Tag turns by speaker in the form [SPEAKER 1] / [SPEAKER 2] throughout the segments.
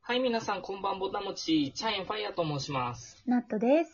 [SPEAKER 1] はい、皆さん、こんばんぼたもち、チャインファイヤーと申します。
[SPEAKER 2] ナットです。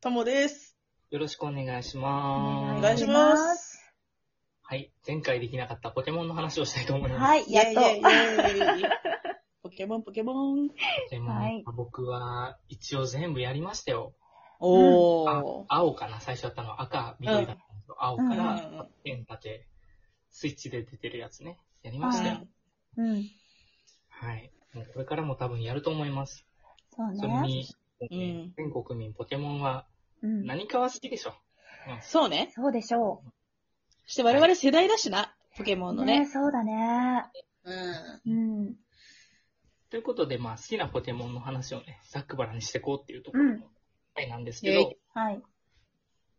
[SPEAKER 3] ともです。
[SPEAKER 1] よろしくお願いします。
[SPEAKER 3] お願いします。
[SPEAKER 1] はい、前回できなかったポケモンの話をしたいと思います。
[SPEAKER 2] はい、やっ
[SPEAKER 3] イ
[SPEAKER 2] と。
[SPEAKER 3] ェイイェイイェイイェイポケモン、ポケモン。
[SPEAKER 1] ポケモン、
[SPEAKER 2] はい
[SPEAKER 1] 僕は一応全部やりましたよ。
[SPEAKER 3] お
[SPEAKER 1] あ
[SPEAKER 3] ー。
[SPEAKER 1] 青かな、最初やったのは赤、緑だったんですけど、青か
[SPEAKER 3] うん
[SPEAKER 1] ら円だけ、スイッチで出てるやつね、やり
[SPEAKER 3] う
[SPEAKER 1] ま
[SPEAKER 3] ん
[SPEAKER 1] したよ。
[SPEAKER 2] うん。
[SPEAKER 1] はい。もうこれからも多分やると思います。
[SPEAKER 2] そう
[SPEAKER 1] それ
[SPEAKER 2] ね。
[SPEAKER 1] に、
[SPEAKER 3] ん
[SPEAKER 1] 全国民ポケモンは
[SPEAKER 2] うん。
[SPEAKER 1] 何かは好きでしょ。
[SPEAKER 3] そうね。
[SPEAKER 2] そうでしょ
[SPEAKER 3] そして我々世代だしな、ポケモ
[SPEAKER 2] う。
[SPEAKER 3] ンの
[SPEAKER 2] ね
[SPEAKER 3] ね。
[SPEAKER 2] そうだね。
[SPEAKER 3] うん。
[SPEAKER 2] うん。
[SPEAKER 1] ということで、まあ、好きなポケモンの話をね、ざっくばらにしていこうっていうとこ
[SPEAKER 2] う
[SPEAKER 1] ろ
[SPEAKER 2] ん
[SPEAKER 1] の回なんですけど、
[SPEAKER 3] イェイ
[SPEAKER 2] はい。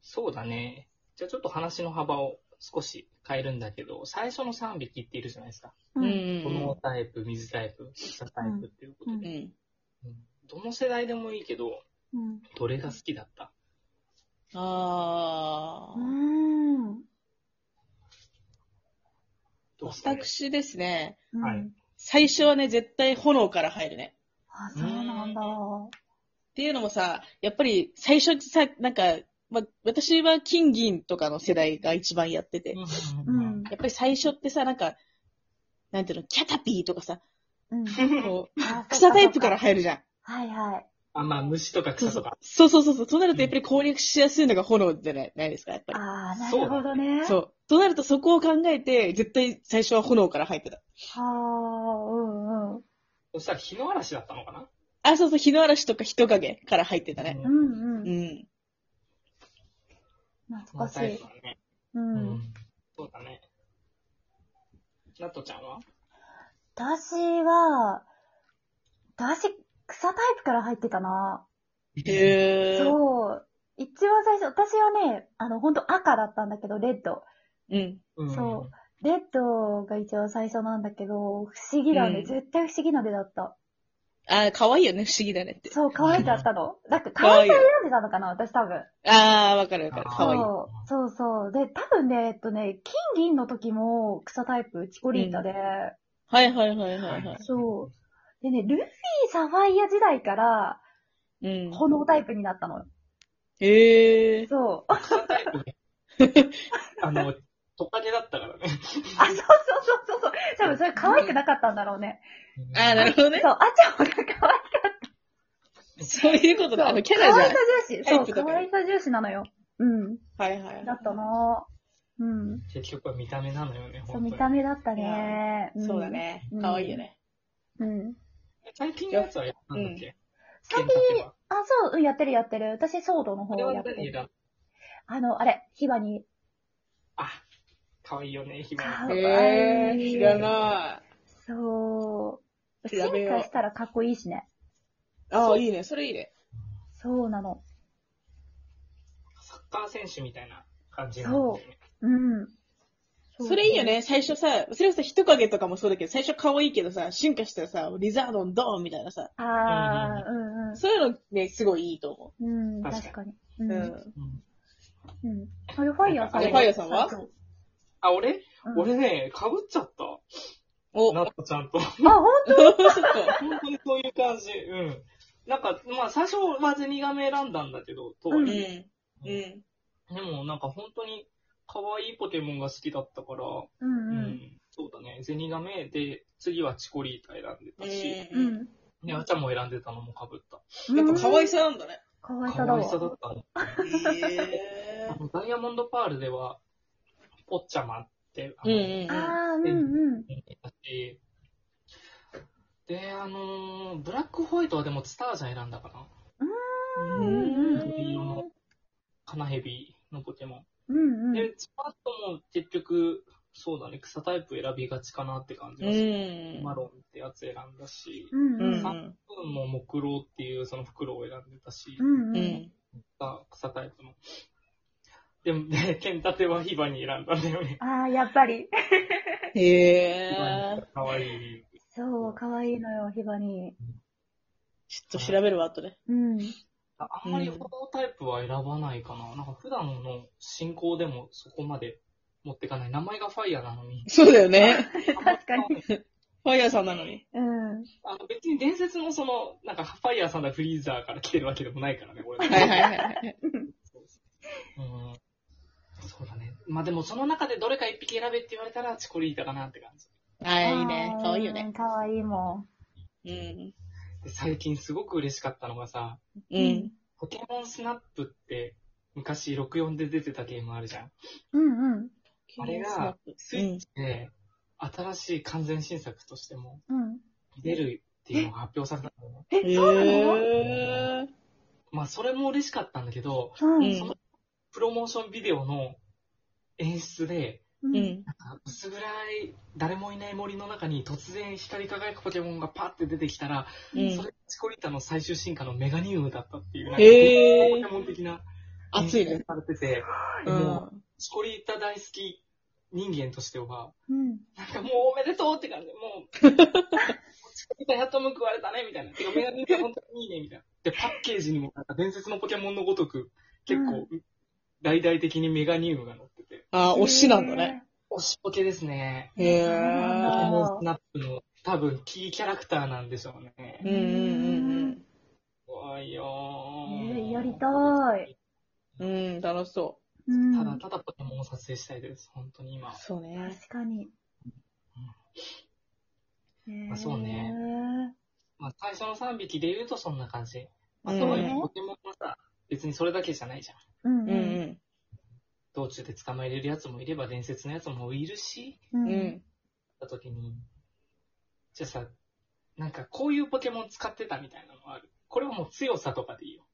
[SPEAKER 1] そうだね。じゃあちょっと話の幅を少し変えるんだけど、最初の3匹っているじゃないですか。
[SPEAKER 2] う。
[SPEAKER 3] うん
[SPEAKER 1] 炎
[SPEAKER 3] ん。
[SPEAKER 1] タイプ、水タイプ、草タイプっていうこと
[SPEAKER 2] うん
[SPEAKER 1] で、
[SPEAKER 3] うん。
[SPEAKER 1] どの世代でもいいけど、
[SPEAKER 2] うん。
[SPEAKER 1] どれが好きだった
[SPEAKER 3] あー。
[SPEAKER 2] うん。
[SPEAKER 1] どうですかね
[SPEAKER 3] 私ですね、
[SPEAKER 2] うん
[SPEAKER 1] はい。
[SPEAKER 3] 最初はね、絶対炎から入るね。
[SPEAKER 2] あ、そうなんだ。
[SPEAKER 3] っていうのもさ、やっぱり最初さ、なんか、ま、私は金銀とかの世代が一番やってて、や
[SPEAKER 2] うん。
[SPEAKER 3] っぱり最初ってさ、なんか、なんていうの、キャタピーとかさ、
[SPEAKER 2] うん。
[SPEAKER 3] こう、
[SPEAKER 2] あ
[SPEAKER 3] 草タイプから。
[SPEAKER 2] そう
[SPEAKER 3] 入るじゃん。
[SPEAKER 2] かはいはい。
[SPEAKER 1] あ、まあ、虫とか
[SPEAKER 3] そ
[SPEAKER 1] 草
[SPEAKER 3] うそ
[SPEAKER 1] と
[SPEAKER 3] う
[SPEAKER 1] か。
[SPEAKER 3] そうそうそうそう。そうなるとやっぱり攻略しやすいのが炎じゃないないですか、やっぱり。
[SPEAKER 2] ああ、なるほどね。。
[SPEAKER 3] そうう。となるとそこを考えて、絶対最初は炎から入ってた。
[SPEAKER 2] はあ、うんうん。
[SPEAKER 1] そしたら、日の嵐だったのかな
[SPEAKER 3] あ、そうそう、日の嵐とか人影から入ってたね。
[SPEAKER 2] う
[SPEAKER 1] うん
[SPEAKER 2] んう
[SPEAKER 3] う
[SPEAKER 2] ん。
[SPEAKER 3] ん。
[SPEAKER 2] 懐
[SPEAKER 1] 炎
[SPEAKER 2] かし
[SPEAKER 1] タイ
[SPEAKER 2] い
[SPEAKER 1] プ。だね。
[SPEAKER 2] うん。
[SPEAKER 1] そうだね。ナットちゃんは
[SPEAKER 2] 私は、私、草タイプから入ってたな。
[SPEAKER 3] へー。
[SPEAKER 2] そう。一番最初、私はね、あの、本当赤だったんだけど、レッド。
[SPEAKER 3] うん。
[SPEAKER 1] うん
[SPEAKER 2] そうレッドが一番最初なんだけど、不思議だね。
[SPEAKER 3] うん
[SPEAKER 2] 絶対不思議な出だった。
[SPEAKER 3] あ、可愛いよね、不思議だねって。
[SPEAKER 2] そう、可愛かったの。だって、可
[SPEAKER 3] 可愛
[SPEAKER 2] 愛
[SPEAKER 3] い
[SPEAKER 2] さ
[SPEAKER 3] よ
[SPEAKER 2] 選んでたのかな、私多分。
[SPEAKER 3] あー、わかるわかる。
[SPEAKER 1] あー
[SPEAKER 3] 可愛い。
[SPEAKER 2] そう、そうそう。で、多分ね、えっとね、金銀の時も草タイプ、チコリータで、
[SPEAKER 3] はいはいはいはいはい。
[SPEAKER 2] そう。でね、ルフィ、サファイア時代から、
[SPEAKER 3] うん。
[SPEAKER 2] 炎タイプになったの。
[SPEAKER 3] へー。
[SPEAKER 2] そう。あ、
[SPEAKER 1] 草タイプねあの、トカゲだったからね。
[SPEAKER 2] そうそうそうそうそう。多分それ可愛くなかったんだろうね。
[SPEAKER 3] あー、なるほどね。
[SPEAKER 2] そう、あちゃんが可愛かった。
[SPEAKER 3] そういうことだ。あの、キャラ
[SPEAKER 2] 可
[SPEAKER 3] じ
[SPEAKER 2] 愛
[SPEAKER 3] ゃ
[SPEAKER 2] さ
[SPEAKER 3] ん。
[SPEAKER 2] 重視。
[SPEAKER 3] タ
[SPEAKER 2] そ
[SPEAKER 3] イ
[SPEAKER 2] う、
[SPEAKER 3] プだ
[SPEAKER 2] 可
[SPEAKER 3] から
[SPEAKER 2] 愛さ重視なのよ。うん。
[SPEAKER 3] はいはい。
[SPEAKER 2] だったなぁ。うん。
[SPEAKER 1] 結局は見た目なのよね、
[SPEAKER 2] そう、
[SPEAKER 1] 本
[SPEAKER 2] 見
[SPEAKER 1] 当
[SPEAKER 2] た
[SPEAKER 1] に。
[SPEAKER 2] 目だったね。ん
[SPEAKER 3] そうだ。ね
[SPEAKER 2] うん。
[SPEAKER 3] 可愛いよね。
[SPEAKER 2] うん。
[SPEAKER 1] 最近のやつはやったんだっけ
[SPEAKER 2] 最
[SPEAKER 1] 剣立
[SPEAKER 2] 近
[SPEAKER 1] ては、
[SPEAKER 2] あ、そう、うん、やってるやってる。私、ソードの
[SPEAKER 1] あ
[SPEAKER 2] 方
[SPEAKER 1] れ
[SPEAKER 2] を
[SPEAKER 1] は
[SPEAKER 2] やって
[SPEAKER 1] 何
[SPEAKER 2] る。
[SPEAKER 1] だ
[SPEAKER 2] あの、あれ、ヒバに。
[SPEAKER 1] あ、可愛いよね、ひま
[SPEAKER 2] 可
[SPEAKER 1] わ
[SPEAKER 2] 愛
[SPEAKER 1] り。
[SPEAKER 2] い
[SPEAKER 3] へー、知らない。
[SPEAKER 2] そう。進
[SPEAKER 3] 調べよう
[SPEAKER 2] 化したらかっこいいしね。
[SPEAKER 3] ああ、いいね。それいいね。
[SPEAKER 2] そうなの。
[SPEAKER 1] サッカー選手みたいな感じなんだよね。
[SPEAKER 2] うん。
[SPEAKER 3] それいいよ。ね。最初さ、それこそ人影とかもそうだけど、最初可愛いけどさ、進化したらさ、リザードンドーンみたいなさ、
[SPEAKER 2] あー、うんうん。
[SPEAKER 3] そういうのね、すごいいいと思
[SPEAKER 2] うん、
[SPEAKER 1] 確
[SPEAKER 2] 確かに。う。
[SPEAKER 3] う。うんん。
[SPEAKER 2] う
[SPEAKER 1] うん
[SPEAKER 2] ん。あれ、ファイヤーさんは
[SPEAKER 1] あれファイ
[SPEAKER 3] ヤーさんは
[SPEAKER 2] そう
[SPEAKER 1] あ、俺
[SPEAKER 2] うん
[SPEAKER 1] 俺ね、被っちゃった。
[SPEAKER 3] お、
[SPEAKER 1] ナットちゃんと。
[SPEAKER 2] あ、ほん
[SPEAKER 1] 本当にそういう感じ。うん。なんか、まあ、最初はゼニガメ選んだんだけど、とはい
[SPEAKER 3] うん。う
[SPEAKER 1] え
[SPEAKER 3] ん。うん。
[SPEAKER 1] でも、なんか本当に可愛いポケモンが好きだったから、
[SPEAKER 2] うん
[SPEAKER 1] う
[SPEAKER 2] うん。
[SPEAKER 1] んそうだね。ゼニガメで、次はチコリータ選んでたし、
[SPEAKER 2] う
[SPEAKER 3] うん。
[SPEAKER 2] ん。
[SPEAKER 1] ね、あちゃんも選んでたのも被った。
[SPEAKER 3] やっぱ可愛さなんだね。
[SPEAKER 2] かわいさだ
[SPEAKER 1] 可
[SPEAKER 2] わ。
[SPEAKER 1] 愛さだったね。
[SPEAKER 3] へ
[SPEAKER 1] あのダイヤモンドパールでは、ポッチャマって、あ
[SPEAKER 3] う
[SPEAKER 1] の、
[SPEAKER 3] んうんうん。
[SPEAKER 2] ああ、うんうん。
[SPEAKER 1] いたし、で、あのーブラックホワイトはでもツタージャ選んだかな。
[SPEAKER 2] うんうん
[SPEAKER 1] 緑色のカナヘビのポケモ
[SPEAKER 2] うん
[SPEAKER 1] ン。
[SPEAKER 2] うん。
[SPEAKER 1] で、チパッとも結局、そうだね、草タイプ選びがちかなって感じ
[SPEAKER 3] う
[SPEAKER 1] がする。
[SPEAKER 3] ん。
[SPEAKER 1] マロンってやつ選んだし、
[SPEAKER 2] うん
[SPEAKER 3] う。
[SPEAKER 2] うん。
[SPEAKER 3] うんん。
[SPEAKER 1] うん、もう木狼っていうその袋を選んでたし、
[SPEAKER 2] うん
[SPEAKER 3] う
[SPEAKER 2] うん。
[SPEAKER 3] ん。
[SPEAKER 1] 草草タイプの。でもね、剣立てはヒバに選んだんだよね。
[SPEAKER 2] ああ、やっぱり。
[SPEAKER 3] へ
[SPEAKER 1] ヒバ
[SPEAKER 3] ー
[SPEAKER 1] ニ。かわいい。
[SPEAKER 2] そう、かわいいのよ、ヒバに。
[SPEAKER 3] ちょっと調べるわ、後で。
[SPEAKER 2] うん。
[SPEAKER 1] ああんまり炎タイプは選ばないかな。なんか普段の進行でもそこまで持ってかない。名前がファイヤーなのに。
[SPEAKER 3] そうだよね。
[SPEAKER 2] 確かに。
[SPEAKER 3] ファイヤーさんなのに。
[SPEAKER 2] うん。
[SPEAKER 1] あの別に伝説のその、なんか、ファイヤーさんだフリーザーから来てるわけでもないからね、俺
[SPEAKER 3] はいはいはいはい。
[SPEAKER 1] うん。そうだね。まあでもその中でどれか一匹選べって言われたらチコリータかなって感じ。
[SPEAKER 3] あーいいね。
[SPEAKER 2] あー
[SPEAKER 3] かわいいよね。。
[SPEAKER 2] かわいいも
[SPEAKER 3] うん。
[SPEAKER 1] で最近すごく嬉しかったのがさ、
[SPEAKER 2] ん。
[SPEAKER 3] うん。。
[SPEAKER 1] ポケモンスナップって昔64で出てたゲームあるじゃん。
[SPEAKER 2] うんうん。
[SPEAKER 1] あれがスイッチで新しい完全新作としても
[SPEAKER 2] うん。
[SPEAKER 1] 出るっていうのが発表されたのね。
[SPEAKER 2] え、そうなの
[SPEAKER 3] へー
[SPEAKER 1] まあそれも嬉しかったんだけど、
[SPEAKER 2] うん
[SPEAKER 3] うん
[SPEAKER 1] そのプロモーションビデオの演出で、
[SPEAKER 2] うん。
[SPEAKER 3] う
[SPEAKER 2] え
[SPEAKER 3] ん。
[SPEAKER 1] あ薄暗い、誰もいない森の中に突然光り輝くポケモンがパッて出てきたら、
[SPEAKER 3] うん
[SPEAKER 1] それがチコリータの最終進化のメガニウムだったっていう、なんか
[SPEAKER 3] へー
[SPEAKER 1] ポケモン的な
[SPEAKER 3] 熱いね。
[SPEAKER 1] されてて、
[SPEAKER 3] うん。
[SPEAKER 1] チコリータ大好き人間としては、
[SPEAKER 2] うん。
[SPEAKER 1] なんかもうおめでとうって感じで、もう、 チコリータやっと報われたね、みたいな。てかメガニウム本当にいいね、みたいな。で、パッケージにもなんか伝説のポケモンのごとく、結構、大々的にメガニウムが載ってて、
[SPEAKER 3] あー、推しなんだね。
[SPEAKER 1] 推しポケですね。
[SPEAKER 3] へえ。
[SPEAKER 1] ポケ
[SPEAKER 2] ー
[SPEAKER 1] モンスナップの多分キーキャラクターなんでしょうね
[SPEAKER 3] う。んうん
[SPEAKER 1] 怖いよー
[SPEAKER 2] ねやりたい。
[SPEAKER 3] うんうん。うん、楽しそ
[SPEAKER 2] へー。うん
[SPEAKER 1] ただただポケモンを撮影したいです、本当に
[SPEAKER 3] う
[SPEAKER 1] 今。。
[SPEAKER 3] そうね。
[SPEAKER 2] 確かに。
[SPEAKER 1] まあそうねまあ、最初の3匹で言うとそんな感じ。あとは
[SPEAKER 2] うん
[SPEAKER 1] ポケモンはさ、別にそれだけじゃないじゃん。
[SPEAKER 2] へー。う
[SPEAKER 3] うんんうん。
[SPEAKER 1] 道中で捕まえれるやつもいれば、伝説のやつもいるし、
[SPEAKER 2] う。
[SPEAKER 3] うん
[SPEAKER 2] うん。
[SPEAKER 3] ん。
[SPEAKER 1] た時に、じゃあさ、なんかこういうポケモン使ってたみたいなのある。これはもう強さとかでいいよ。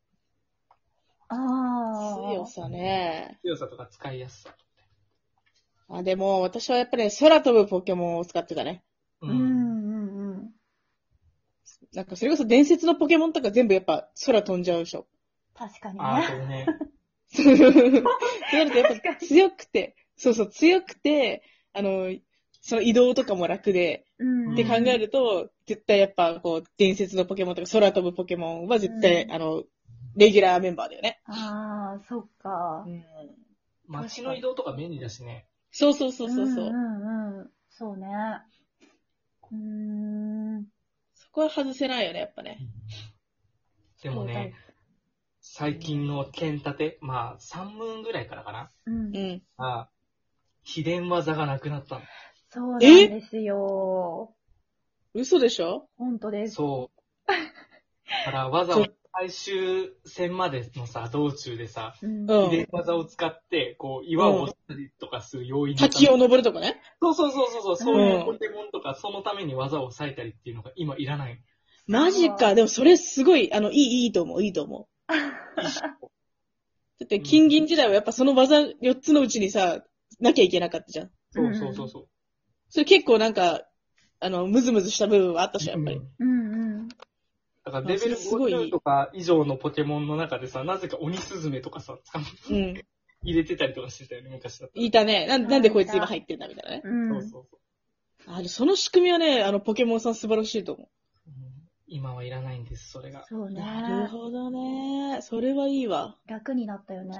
[SPEAKER 2] ああ。
[SPEAKER 3] 強さね。
[SPEAKER 1] 強さとか使いやすさ。
[SPEAKER 3] あ、でも、私はやっぱりね空飛ぶポケモンを使ってたね。
[SPEAKER 2] うんうんうん。
[SPEAKER 3] なんか、それこそ伝説のポケモンとか全部やっぱ空飛んじゃうでしょ。
[SPEAKER 2] 確かに
[SPEAKER 1] ああ、
[SPEAKER 2] ね。
[SPEAKER 1] そうね。
[SPEAKER 3] そうなるとやっ
[SPEAKER 2] 確か
[SPEAKER 3] ぱ
[SPEAKER 2] に
[SPEAKER 3] 強くて、そうそう、強くて、あの、その移動とかも楽で、
[SPEAKER 2] うん。
[SPEAKER 3] って考えると、絶対やっぱこう、伝説のポケモンとか空飛ぶポケモンは絶対、
[SPEAKER 2] うん
[SPEAKER 3] あの、レギュラーメンバーだよね。
[SPEAKER 2] ああ、そっか。
[SPEAKER 1] 街の移動とか便利だしね。
[SPEAKER 3] そうそうそうそうそう、
[SPEAKER 2] うんうんうん。そうね。うーん。
[SPEAKER 3] そこは外せないよね、やっぱね。
[SPEAKER 1] でもね、最近の剣立て、まあ、3ムーンぐらいからかな。
[SPEAKER 2] うん
[SPEAKER 3] う。ん。
[SPEAKER 1] ああ秘伝技がなくなったの。
[SPEAKER 2] そうなんですよ。
[SPEAKER 3] 嘘でしょ
[SPEAKER 2] 本当で す。
[SPEAKER 1] そう。だから、わざわざ最終戦までのさ、道中でさ、
[SPEAKER 2] うん
[SPEAKER 3] うん
[SPEAKER 1] 秘伝技を使って、こう、岩を落ちたりとかする要因のため
[SPEAKER 3] 滝を登るとかね。
[SPEAKER 1] そうそうそうそうそう、そう
[SPEAKER 3] う
[SPEAKER 1] い
[SPEAKER 3] ん
[SPEAKER 1] うポケモンとか、そのために技を割いたりっていうのが今いらない。
[SPEAKER 3] マジか。でもそれすごい、あの、いい、いいと思う、いいと思う。だって、金銀時代はやっぱその技4つのうちにさ、なきゃいけなかったじゃん。
[SPEAKER 1] そうそうそうそう。
[SPEAKER 3] それ結構なんか、あの、ムズムズした部分はあったでしょ、やっぱり。
[SPEAKER 2] うんうん。
[SPEAKER 1] だからレベル
[SPEAKER 3] あそれすごい
[SPEAKER 1] 50とか以上のポケモンの中でさ、なぜか鬼スズメとかさ、捕ま
[SPEAKER 3] うん。
[SPEAKER 1] 入れてたりとかしてたよね、昔だったら。
[SPEAKER 3] いたね。なんなんでこいつ今入ってんだみたいなね。
[SPEAKER 1] そう
[SPEAKER 2] う。
[SPEAKER 1] んそうそう。
[SPEAKER 3] あの、その仕組みはね、あの、ポケモンさん素晴らしいと思
[SPEAKER 1] うん今はいらないんです、それが。
[SPEAKER 2] そう
[SPEAKER 3] う。
[SPEAKER 2] ね。
[SPEAKER 3] なるほどね。それはいいわ。
[SPEAKER 2] 楽になったよね。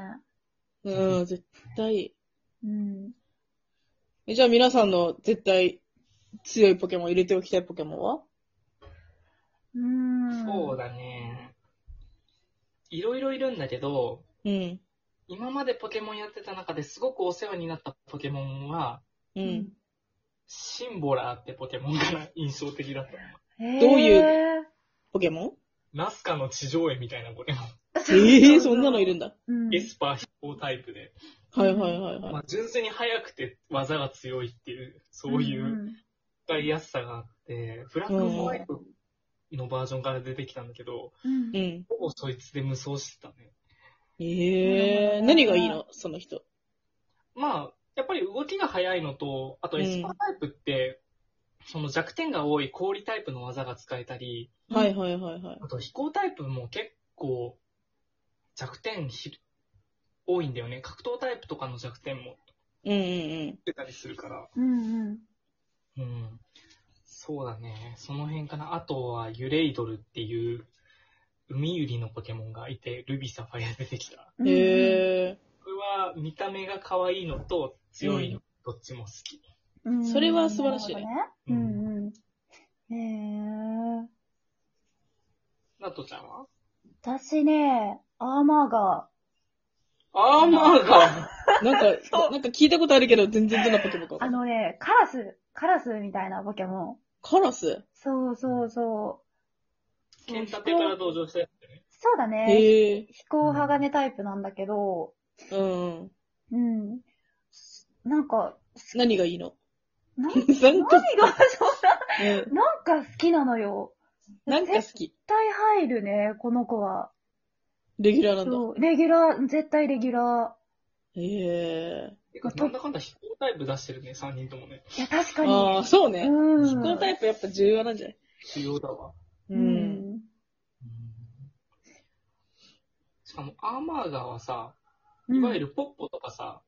[SPEAKER 3] うん、絶対いい
[SPEAKER 2] うん。
[SPEAKER 3] え。じゃあ皆さんの絶対強いポケモン入れておきたいポケモンは
[SPEAKER 2] うん。
[SPEAKER 1] そうだね。いろいろいるんだけど、
[SPEAKER 3] うん。
[SPEAKER 1] 今までポケモンやってた中ですごくお世話になったポケモンは、
[SPEAKER 3] う。。
[SPEAKER 2] うん
[SPEAKER 1] シンボラーってポケモンかな、印象的だった。
[SPEAKER 2] へー
[SPEAKER 3] どういうポケ モ
[SPEAKER 1] ナスカの地上絵みたいなポケモ
[SPEAKER 3] ンええそんなのいるんだ。
[SPEAKER 2] うん
[SPEAKER 1] ン。エスパー飛行タイプで。
[SPEAKER 3] はいはいはい
[SPEAKER 1] ま
[SPEAKER 3] は
[SPEAKER 1] あ、純粋に速くて技が強いっていう、そういう。使いやすさがあって、ブラックホワイトのバージョンから出てきたんだけど、
[SPEAKER 2] うん。
[SPEAKER 3] い。うん。
[SPEAKER 1] ほぼそいつで無双してたね。
[SPEAKER 3] ええ
[SPEAKER 2] うん
[SPEAKER 3] 何がいいのその人。
[SPEAKER 1] まあ、やっぱり動きが速いのと、あとエスパータイプって、その弱点が多い氷タイプの技が使えたり、
[SPEAKER 2] うん
[SPEAKER 3] はいはいはいはい。
[SPEAKER 1] あと飛行タイプも結構弱点ひ多いんだよね。格闘タイプとかの弱点も
[SPEAKER 3] うんうん
[SPEAKER 1] 出たりするから。
[SPEAKER 2] うんうん。
[SPEAKER 1] うん。そうだね。その辺かな。あとはユレイドルっていう、海ゆりのポケモンがいて、ルビーサファイア出てきた。
[SPEAKER 3] うん。ええ
[SPEAKER 1] 僕は見た目が可愛いのと強いの、どっちも好き。
[SPEAKER 2] うん
[SPEAKER 3] それは素晴らしい
[SPEAKER 2] な
[SPEAKER 3] ね
[SPEAKER 2] るほどね。うんうん。へえ。
[SPEAKER 1] ナトちゃんは
[SPEAKER 2] 私ね、アーマーが、
[SPEAKER 1] アーマーが、
[SPEAKER 3] なんか、なんか聞いたことあるけど、全然どんなポケモンかわか
[SPEAKER 2] あ
[SPEAKER 3] んない。
[SPEAKER 2] のね、カラス、カラスみたいなポケモン。
[SPEAKER 3] カラス
[SPEAKER 2] そうそうそう。
[SPEAKER 1] ケンタペから登場したやつだよね。
[SPEAKER 2] そうだね。
[SPEAKER 3] へえ。
[SPEAKER 2] 飛行鋼タイプなんだけど、
[SPEAKER 3] うんうん。
[SPEAKER 2] うん。なんか、
[SPEAKER 3] 何がいいの
[SPEAKER 2] なん
[SPEAKER 3] なん
[SPEAKER 2] 何
[SPEAKER 3] か
[SPEAKER 2] が、 そう
[SPEAKER 3] うん。
[SPEAKER 2] な、なんか好きなのよ。
[SPEAKER 3] なんか好
[SPEAKER 2] 絶
[SPEAKER 3] き。
[SPEAKER 2] 対入るね、この子は。
[SPEAKER 3] レギュラーなんだ。
[SPEAKER 2] そう、レギュラー、絶対レギュラ
[SPEAKER 3] へえ。
[SPEAKER 1] てか、なんだかんだ飛行タイプ出してるね、3人ともね。
[SPEAKER 2] ー。いや、確かに。
[SPEAKER 3] ああ、そうね。
[SPEAKER 2] うん。
[SPEAKER 3] このタイプやっぱ重要なんじゃない
[SPEAKER 1] 主要だわ。
[SPEAKER 2] う
[SPEAKER 3] うん。
[SPEAKER 2] ん。
[SPEAKER 1] しかも、アーマーガーはさ、
[SPEAKER 2] うん
[SPEAKER 1] いわゆるポッポとかさ、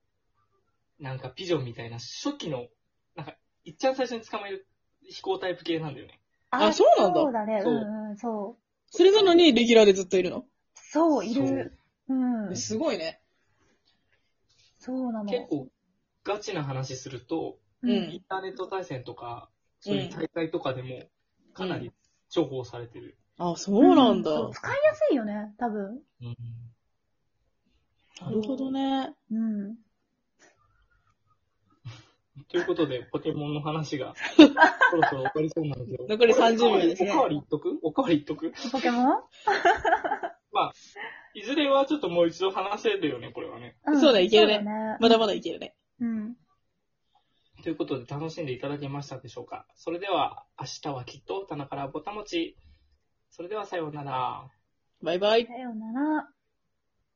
[SPEAKER 1] なんかピジョンみたいな初期の、なんか、いっちゃん最初に捕まえる飛行タイプ系なんだよね。
[SPEAKER 3] あそうなんだ
[SPEAKER 2] そうだね。
[SPEAKER 1] そう
[SPEAKER 2] うんうん、そう。
[SPEAKER 3] それなのに、レギュラーでずっといるの
[SPEAKER 2] そう、いる。うん。
[SPEAKER 3] すごいね。
[SPEAKER 2] そうなの。
[SPEAKER 1] 結構、ガチな話すると、
[SPEAKER 3] う
[SPEAKER 1] イン
[SPEAKER 3] ん。
[SPEAKER 1] ターネット対戦とか、そういう大会とかでも、かなり重宝されてる。
[SPEAKER 3] あ、そうなんだ。
[SPEAKER 2] そ
[SPEAKER 3] な
[SPEAKER 2] う使いやすいよね、多分。
[SPEAKER 1] うん
[SPEAKER 3] るほどね。
[SPEAKER 2] うん。
[SPEAKER 1] ということで、ポケモンの話 が、そろそろ終わりそうなんだけど。
[SPEAKER 3] 残り30秒ですね
[SPEAKER 1] おかわり言っとくおかわり言っとく
[SPEAKER 2] ポケモン
[SPEAKER 1] いずれはちょっともう一度話せるよね、これはね。
[SPEAKER 2] ん
[SPEAKER 3] そうだいけるね
[SPEAKER 2] そうだ
[SPEAKER 3] まだまだいけるね。
[SPEAKER 2] うん。
[SPEAKER 1] ということで、楽しんでいただけましたでしょうかそれでは、明日はきっと、棚からぼたもち。それでは、さようなら。
[SPEAKER 3] バイバイ。
[SPEAKER 2] さようなら。